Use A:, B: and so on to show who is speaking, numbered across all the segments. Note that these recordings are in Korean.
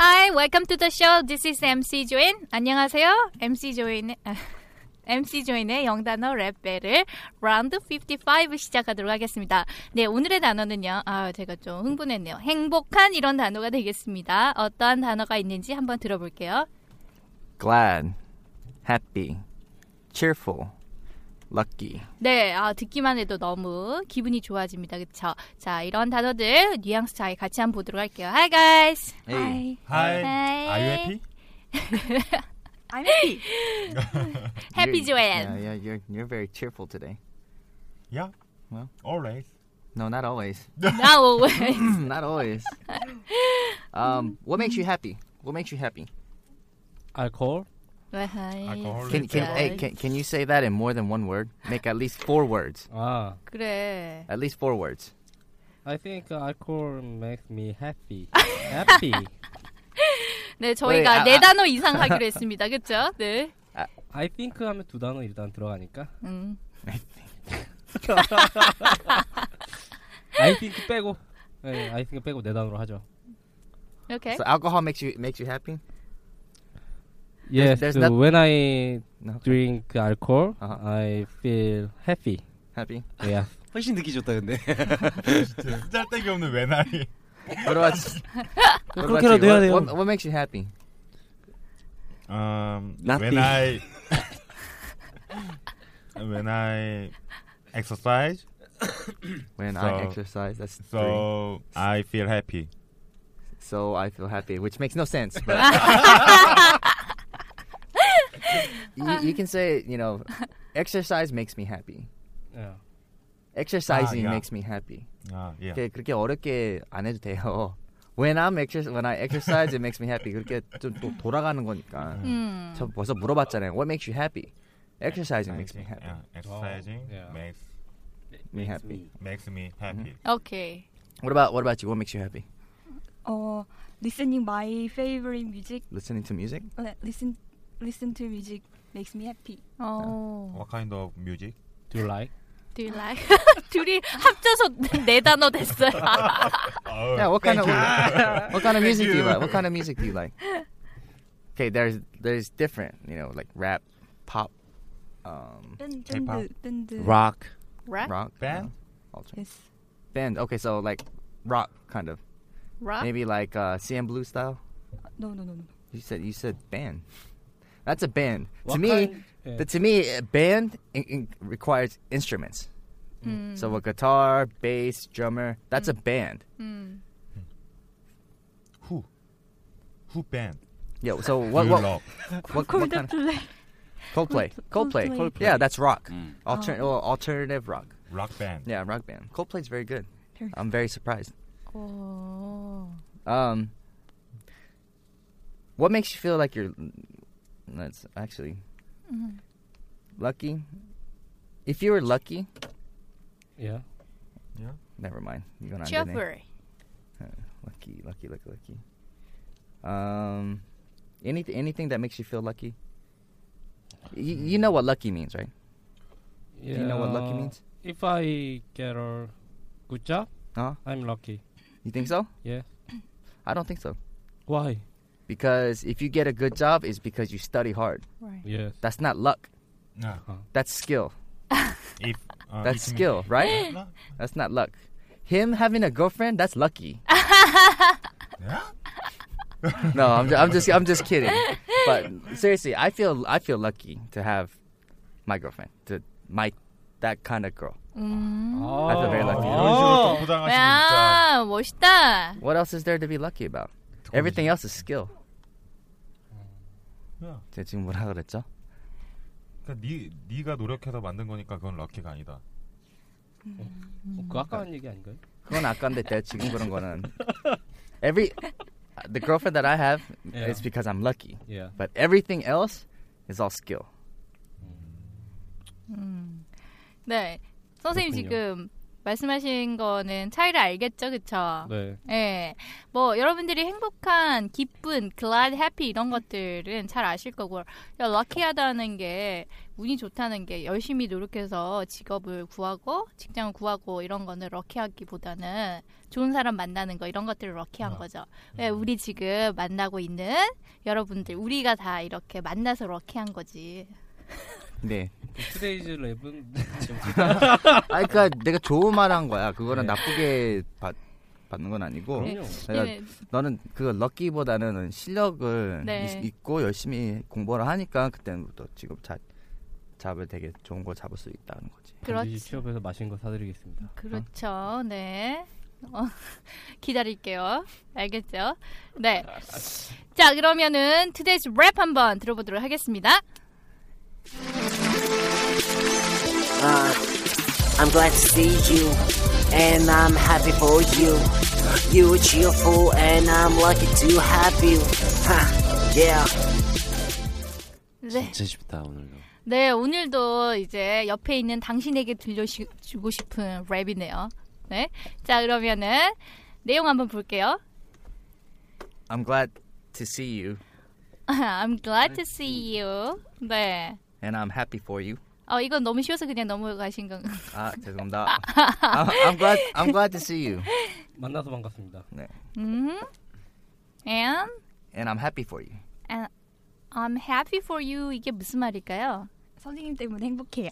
A: Hi, welcome to the show. This is MC 조인. 안녕하세요. MC 조인의 아, MC 조인의 영단어 랩벨을 라운드 55 시작하도록 하겠습니다. 네, 오늘의 단어는요. 아, 제가 좀 흥분했네요. 행복한 이런 단어가 되겠습니다. 어떠한 단어가 있는지 한번 들어볼게요.
B: glad, happy, cheerful, lucky.
A: 네, 아, 듣기만 해도 너무 기분이 좋아집니다. 그쵸? 자, 이런 단어들 뉘앙스 차이 같이 한번 보도록 할게요. Hi, guys.
B: Hey.
A: Hi.
C: Are you happy?
D: I'm happy.
A: Happy
B: You're-
A: Joanne.
B: Yeah, yeah, you're you're very cheerful today.
C: Yeah.
B: Well.
C: Always.
B: No, not always.
A: Now,
B: not always. um, what makes you happy? What makes you happy?
E: 알코올
C: Alcohol.
B: Can can, hey, can can you say that in more than one word? Make at least four words.
E: 아
A: 그래.
B: At least four words.
E: I think uh, alcohol makes me happy happy
A: 네,
B: 왜,
A: 저희가
B: 아,
A: 네
B: 아.
A: 단어 이상 하기로 했습니다. 그렇죠? 네.
E: I think 하면 두 단어 일단 들어가니까
A: 음.
E: I think 빼고 네, I think 빼고 네 단어로 하죠
A: 이렇게.
B: So alcohol makes you makes you happy.
E: Yes,
B: there's
E: so
B: not-
E: when I
B: No, okay.
E: drink alcohol
B: Uh-huh.
E: I feel happy
B: happy.
E: Yeah
F: 훨씬 듣기 좋다 근데.
C: 짤데기 없는 외나이.
B: What about, what about
E: 그렇게라도 해야
B: you?
E: 돼요.
B: What, what, what makes you happy?
C: Um,
G: Nothing.
C: when
H: 아, 예.
C: I when I exercise,
B: When I
C: So-
B: exercise, that's three.
C: so I feel happy.
B: So I feel happy, which makes no sense. But you, you can say, you know, exercise makes me happy.
E: yeah.
B: Exercising
C: Ah, yeah.
B: makes me happy.
C: 아, yeah.
B: 그렇게, 그렇게 어렵게 안 해도 돼요. When I'm exer when I exercise, it makes me happy. 그렇게 좀 또 돌아가는 거니까.
A: 음.
B: 저 벌써 물어봤잖아요. What makes you happy? Exercising makes me
C: Exercising,
B: happy.
C: yeah, exercising
E: yeah.
C: makes
B: Me happy.
C: makes me
B: Mm-hmm.
C: happy.
A: 오케이.
B: What about what about you? What makes you happy?
I: 어, listening my favorite music,
B: Listening to music?
I: 어, listen listen to music makes me happy.
A: 어.
C: What kind of music?
E: Do you like?
A: Do you like? 둘이 합쳐서 네 단어 됐어요.
C: Oh,
B: Yeah, what kind of what, kind of music do you
C: you.
B: like? What kind of music do you like? Okay, there's there's different, you know, like rap, pop, um,
F: 음,
I: 밴드
C: K-pop.
I: 밴드.
D: Mm.
G: rock
A: Rock?
B: rock,
C: Band?
B: uh, alternate.
I: Yes.
B: band. Okay, so like rock kind of,
A: Rock?
B: maybe like uh, CM Blue style.
I: No no no no.
B: You said you said band. That's a band.
E: What
B: to me,
E: kind- yeah.
B: but to me, a band in, in requires instruments. So a guitar, bass, drummer. That's a band.
A: 음.
C: Who? Who band?
B: Yeah. So
C: What,
B: what
C: you
B: what,
C: love?
B: what, what kind of
I: 콜드플레이.
B: Coldplay. Coldplay.
I: Coldplay. Oh.
B: Yeah, that's rock.
E: Mm.
B: Altern- well, alternative rock.
C: Rock band.
B: Yeah, rock band. Coldplay's very good.
I: Very
B: I'm very surprised.
A: 오.
B: Um, what makes you feel like you're? That's actually
I: Mm-hmm.
B: lucky. If you were lucky,
E: Yeah
C: Yeah.
B: never mind. You're gonna
A: Cheerful.
B: Lucky, lucky, lucky, lucky. Um, anything, anything that makes you feel lucky. You, you know what lucky means, right?
E: yeah. Uh,
B: Do you know what lucky means?
E: If I get a good job
B: Huh?
E: I'm lucky
B: You think so?
E: Yeah
B: I don't think so.
E: Why?
B: Because if you get a good job, it's because you study hard.
E: Yes
B: That's not luck.
C: No.
B: That's skill.
C: If uh,
B: That's
C: if me-
B: skill, right?
C: No.
B: That's not luck. him having a girlfriend, that's lucky.
C: Yeah?
B: No, I'm just, I'm just I'm just kidding. But seriously, I feel I feel lucky to have my girlfriend, to my that kind of girl.
E: 아,
B: I feel very
C: 아,
B: lucky. Oh.
C: 이런
E: Oh.
C: 식으로 또 포장하시면 진짜
A: 야, 멋있다.
B: What else is there to be lucky about? Everything else is skill.
C: 야,
B: 제가 지금 뭐라 그랬죠?
C: 그러니까 네 네가 노력해서 만든 거니까 그건 럭키가 아니다.
E: 그 아까 한 얘기 아닌가요?
B: 그건 아까인데 내가 지금 그런 거는 every the girlfriend that I have
E: Yeah.
B: is because I'm lucky.
E: 예.
B: But everything else is all skill.
A: 네. 선생님
E: 그렇군요.
A: 지금 말씀하신 거는 차이를 알겠죠,
B: 아.
A: 그쵸?
E: 네.
A: 예. 뭐 여러분들이 행복한, 기쁜, glad, happy 이런 것들은 잘 아실 거고, 럭키하다는 게 운이 좋다는 게 열심히 노력해서 직업을 구하고 직장을 구하고 이런 거는 럭키하기보다는 좋은 사람 만나는 거 이런 것들을 럭키한
C: 아.
A: 거죠. 예, 우리 지금 만나고 있는 여러분들 우리가 다 이렇게 만나서 럭키한 거지.
B: 네.
E: 투데이즈 랩은
B: 아, 그러니까 내가 좋은 말 한 거야. 그거는 나쁘게 받, 받는 건 아니고.
E: 그럼요.
B: 내가
A: 예,
B: 너는 그거 럭키보다는 실력을
A: 네.
B: 있- 있고 열심히 공부를 하니까 그때부터 지금 자, 잡을 되게 좋은 거 잡을 수 있다는 거지.
A: 그렇지.
E: 반드시 취업해서 맛있는 거 사드리겠습니다.
A: 그렇죠. 네. 어, 기다릴게요. 알겠죠? 네. 자, 그러면은 today's rap 한번 들어보도록 하겠습니다.
J: Uh, I'm glad to see you, and I'm happy for you. You are cheerful, and I'm lucky to have you. Ha, yeah.
A: 네.
H: 진짜 쉽다 오늘도.
A: 네, 오늘도 이제 옆에 있는 당신에게 들려주고 싶은 랩이네요. 네. 자, 그러면은 내용 한번 볼게요.
B: I'm glad to see you
A: I'm glad to see you. 네.
B: and I'm happy for you.
A: 어, 이건 너무 쉬워서 그냥 넘어가신 건.
B: 아 죄송합니다. I'm, I'm glad I'm glad to see you
E: 만나서 반갑습니다.
A: 음. And
B: and I'm happy for you.
A: I'm happy for you. 이게 무슨 말일까요?
I: 선생님 때문에 행복해요.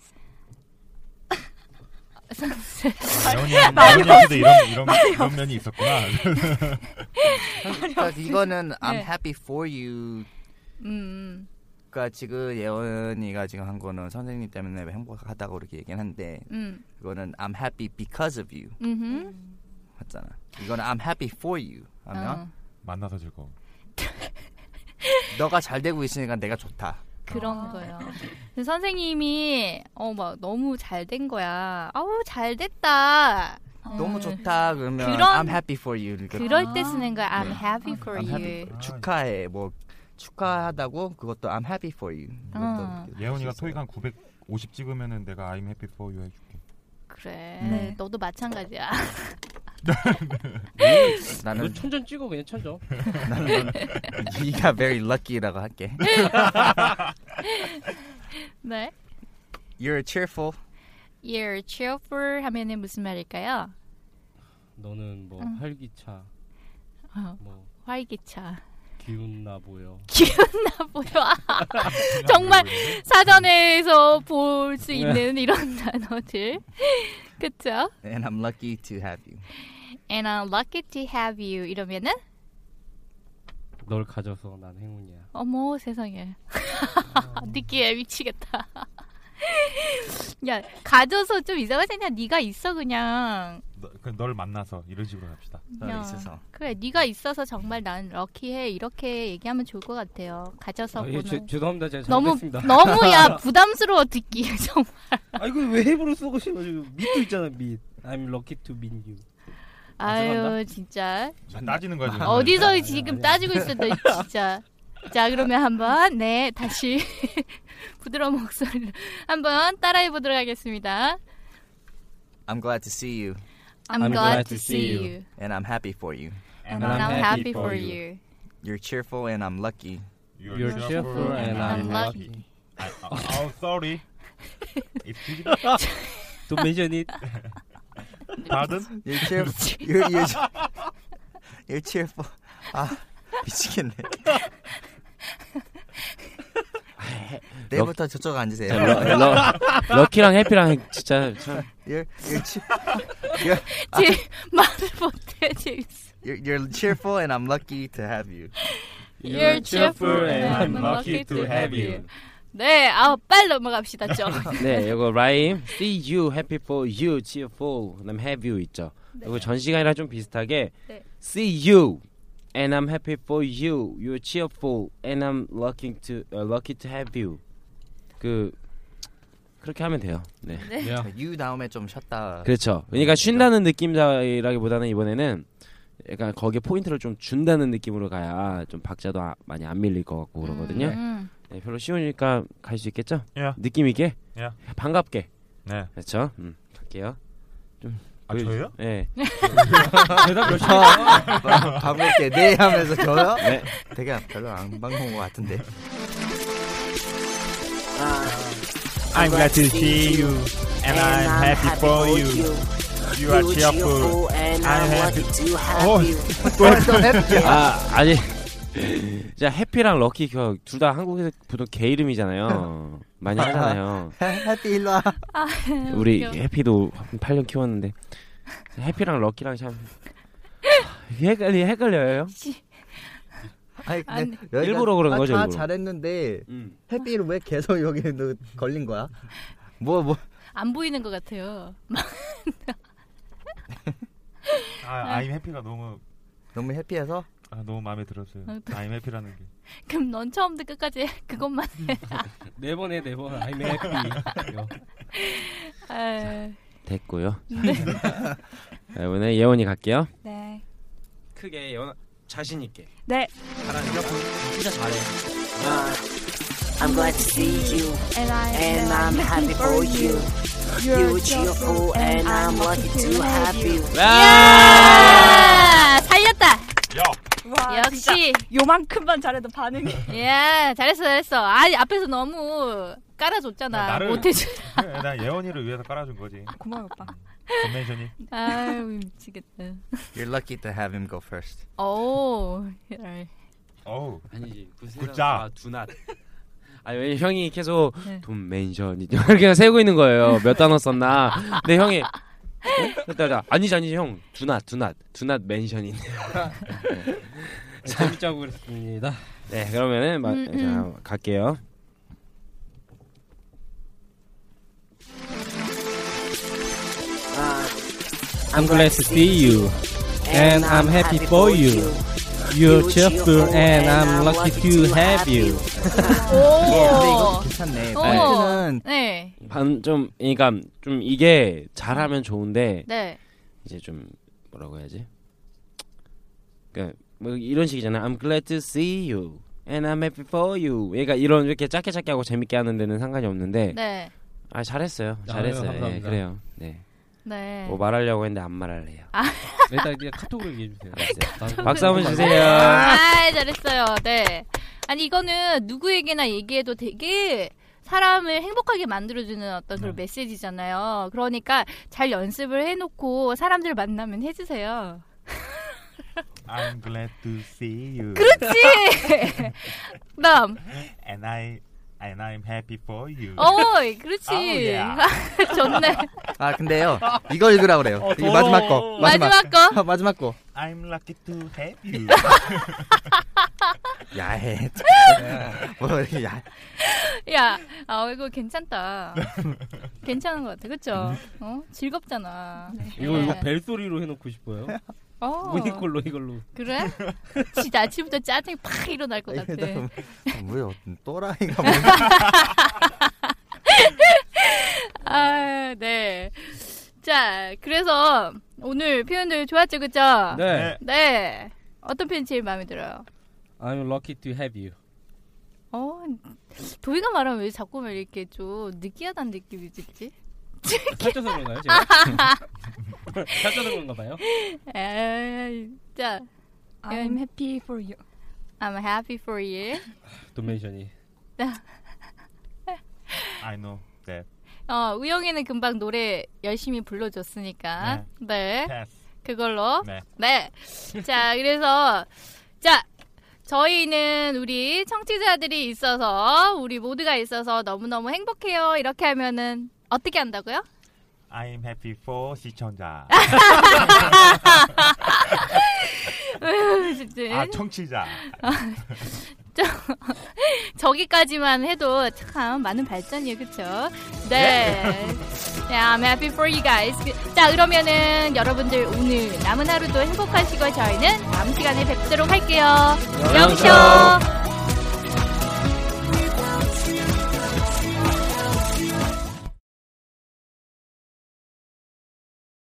C: 예원이 예원이도 이런 이런 이런 면이 있었구나.
B: 그러니까 이거는 I'm
A: 네.
B: happy for you가
A: 음.
B: 지금 예원이가 지금 한 거는 선생님 때문에 행복하다고 이렇게 얘기는 한데
A: 음.
B: 그거는 I'm happy because of you
A: 음흠.
B: 맞잖아. 이거는 I'm happy for you 하면
A: 어,
C: 만나서 즐거워.
B: 너가 잘 되고 있으니까 내가 좋다.
A: 그런
I: 아, 네.
A: 거예요. 그래서 선생님이 어 막 너무 잘 된 거야. 아우 잘 됐다.
B: 너무 좋다 그러면
A: 어. 그런-
B: I'm happy for you. 그러니까
A: 그럴 때 쓰는 거야. I'm
B: 네.
A: happy for
B: I'm
A: you.
B: happy for you. 축하해 뭐 축하하다고 그것도 I'm happy for you. 이것도
A: 어.
B: 이렇게
C: 예원이가
B: 할수 있어요.
C: 토익 한 950 찍으면은 내가 I'm happy for you 해줄게.
A: 그래.
I: 네.
A: 너도 마찬가지야.
E: 이거
B: 나는
E: 뭐 천전 찍어 그냥 천전.
B: 나는 네가 very lucky라고 할게.
A: 네.
B: You're cheerful.
A: You're cheerful 하면은 무슨 말일까요?
E: 너는 뭐 활기차,
A: 어,
E: 뭐
A: 활기차.
E: 기운나 보여.
A: 기운나 보여. 정말 사전에서 볼 수
E: 네.
A: 있는 이런 단어들. 그쵸?
B: And I'm lucky to have you.
A: And I'm lucky to have you. 이러면은
E: 널 가져서 난 행운이야.
A: 어머 세상에
E: 음.
A: 느끼해 미치겠다 야 가져서 좀 이상하지 않냐 네가 있어 그냥
C: 너, 그널 만나서 이런 식으로 갑시다.
A: 야,
B: 나 있어서.
A: 그래 네가 있어서 정말 난 럭키해 이렇게 얘기하면 좋을 것 같아요 가져서
E: 아, 예, 죄,
A: 보는
E: 죄송합니다. 제가
A: 너무
E: 잘못했습니다.
A: 너무야 부담스러워 듣기 정말
E: 아 이거 왜 해부로 쓰고 싶어? 밑도 있잖아 밑. I'm lucky to meet you.
A: 아유 진짜
C: 자, 따지는
A: 음.
C: 거야 지금.
A: 어디서 지금 따지고 있어 너 진짜 자 그러면 한번 네 다시 부드러운 목소리로 한번 따라해 보도록 하겠습니다
B: I'm glad to see you
A: I'm, glad, to see you.
B: and I'm happy for you.
C: 아,
A: And, I'm, happy, for you.
B: You're cheerful and I'm lucky.
E: You're cheerful and
A: I'm
E: I'm
A: lucky.
E: lucky.
C: I, oh, sorry. It's
E: Don't mention it.
C: pardon.
B: You're cheerful. you're, you're, you're cheerful. 아 미치겠네. 내일부터
H: 네.
B: 저쪽 앉으세요.
H: 럭키랑 해피랑 진짜 참
B: You're, you're, che- Yeah,
A: 제 말을 못해 재밌어.
B: you're, you're cheerful, and I'm lucky to have you.
A: You're cheerful and I'm lucky to have you. 네, 아 빨리 넘어갑시다 좀.
H: 네, 이거 라임 See you, happy for you, cheerful, and I'm have you 있죠. 그리고 전 시간이랑 좀 비슷하게
A: 네.
H: See you, and I'm happy for you, you're cheerful, and I'm lucky to uh, lucky to have you. 그 그렇게 하면 돼요. 네.
B: You 다음에 좀 쉬었다.
H: 그렇죠.
C: 네,
H: 그러니까 쉰다는 느낌이라기보다는 이번에는 약간 거기에 포인트를 좀 준다는 느낌으로 가야 좀 박자도 아- 많이 안 밀릴 것 같고 그러거든요.
A: 음.
H: 네, 별로 쉬우니까 갈 수 있겠죠?
C: 예.
H: 느낌 있게.
C: 예.
H: 반갑게.
C: 네.
H: 그렇죠. 음, 갈게요. 좀
C: 아,
H: 보여주-
C: 저예요?
H: 예. 아.
E: 대답 열심히
B: 반갑게 아, 네 하면서 저요?
H: 네.
B: 되게 별로 안 반가운 것 같은데.
J: uh,
C: I'm glad to see you, and I'm happy for you. You are cheerful.
J: and
C: I'm
J: I'm
C: happy.
J: lucky to have
C: Oh.
J: you.
H: 아, 아니. 자, 해피랑 럭키 둘다 한국에서 보통 개 이름이잖아요. 많이 하잖아요.
B: 해피 일로 와.
H: 우리
A: 웃겨.
H: 해피도 한 8년 키웠는데 해피랑 럭키랑 참 헷갈리 헷갈려요.
B: 아니, 근데
A: 아니.
B: 여기가
H: 일부러 그런
B: 아,
H: 거죠,
B: 다
H: 일부러.
B: 잘했는데 해피를 왜 계속 여기 너 걸린 거야? 뭐 뭐.
A: 안 보이는 것 같아요.
C: 아, I'm happy가 너무
B: 너무 해피해서
C: 아, 너무 마음에 들었어요.
A: 아이고.
C: I'm happy라는 게.
A: 그럼 넌 처음부터 끝까지 그것만 해.
E: 네번 해, 네 번. I'm happy. 이거.
A: 아유,
H: 됐고요. 자, 이번에 예원이 갈게요.
I: 네.
H: 크게 예원 자신 있게.
I: 네.
H: 진짜 잘해.
J: I'm glad to see you,
I: And I
J: and I'm happy for you. You cheerful, and I'm lucky to have you.
A: 아, 살렸다.
I: 와, 아, 진짜
A: 역시.
I: 요만큼만 잘해도 반응이
A: 예, 잘했어, 잘했어. 아니 앞에서 너무 깔아줬잖아.
C: 야, 나를-
A: 못해줘.
C: 그래, 난 예원이를 위해서 깔아준 거지.
I: 고마워 오빠.
C: 컨벤션이.
A: 아유 미치겠다.
B: You're lucky to have him go first.
A: 오,
C: 어우.
H: 아니지. 구세라.
C: 굿잡.
H: 아, 두낫. 아니 왜냐 형이 계속
A: 네.
H: 돈맨션이 이렇게 세우고 있는 거예요. 몇 단어 썼나. 근데 형이 네? 그랬다, 아니지 아니지 형 두낫 두낫 두낫 맨션이
E: 재밌자고 그랬습니다.
H: 네, 그러면은 마,
A: 음,
H: 자,
A: 음.
H: 갈게요.
J: Uh,
E: I'm glad to see you. And I'm happy for you. You're cheerful and I'm lucky to have you.
B: 어. 근데 이거 아,
A: 오,
B: 괜찮네.
A: 오.
B: 멘트는
A: 네,
H: 반좀 그러니까 좀 이게 잘하면 좋은데
A: 네,
H: 이제 좀 뭐라고 해야지? 그러니까 뭐 이런 식이잖아. I'm glad to see you and I'm happy for you. 얘가 이런 이렇게 짧게 짧게 하고 재밌게 하는 데는 상관이 없는데
A: 네,
H: 아 잘했어요.
E: 아유,
H: 잘했어요. 예,
E: 감사합니다.
H: 그래요. 네.
A: 네.
H: 뭐 말하려고 했는데 안 말할래요.
E: 일단 이제 네. 카톡으로 얘기해 주세요. 나도-
H: 박수 한번
E: 네.
H: 주세요.
A: 아, 잘했어요. 네. 아니 이거는 누구에게나 얘기해도 되게 사람을 행복하게 만들어주는 어떤 그런 메시지잖아요. 그러니까 잘 연습을 해놓고 사람들 만나면 해주세요.
C: I'm glad to see you.
A: 그렇지. 그다음.
C: And I and I'm happy for you.
A: 어이, 그렇지.
C: 아우, 예.
A: 좋네.
B: 아 근데요. 이거 읽으라 그래요. 이 마지막 거. 마지막,
A: 마지막 거.
B: 아, 마지막 거.
C: I'm lucky to have you.
B: 야해. 뭐 이렇게 야.
A: 야, 아 이거 괜찮다.
E: 네.
A: 괜찮은 것 같아, 그렇죠? 어, 즐겁잖아.
E: 음. 이거 이거
A: 네.
E: 벨소리로 해놓고 싶어요.
A: 어,
E: 모니콜로 이걸로.
A: 그래? 진짜 아침부터 짜증이 팍 일어날 것 같아.
B: 뭐야 또라이가 뭐.
A: 아, 네. 자, 그래서 오늘 표현들 좋았죠, 그렇죠?
E: 네.
A: 네. 어떤 표현 제일 마음에 들어요?
E: I'm lucky to have you.
A: 어, 도희가 말하면 왜 자꾸 이렇게 좀 느끼하다는 느낌이 들지?
E: 살쪄서 그런가요, 제가? 살쪄서 그런가 봐요.
A: 에이, 자,
I: I'm happy for you.
A: I'm happy for you.
E: 돈맨션이.
C: I know that.
A: 어, 우영이는 금방 노래 열심히 불러줬으니까. 네.
C: Pass.
A: 그걸로.
C: 네.
A: 네. 자, 그래서, 자, 저희는 우리 청취자들이 있어서, 우리 모두가 있어서 너무너무 행복해요. 이렇게 하면은 어떻게 한다고요?
C: I'm happy for 시청자. 아, 청취자.
A: 저, 저기까지만 해도 참 많은 발전이에요, 그쵸? 네. 네, I'm happy for you guys. 그- 자, 그러면은 여러분들 오늘 남은 하루도 행복하시고 저희는 다음 시간에 뵙도록 할게요.
K: 안녕히
A: 영쇼!
K: 계세요.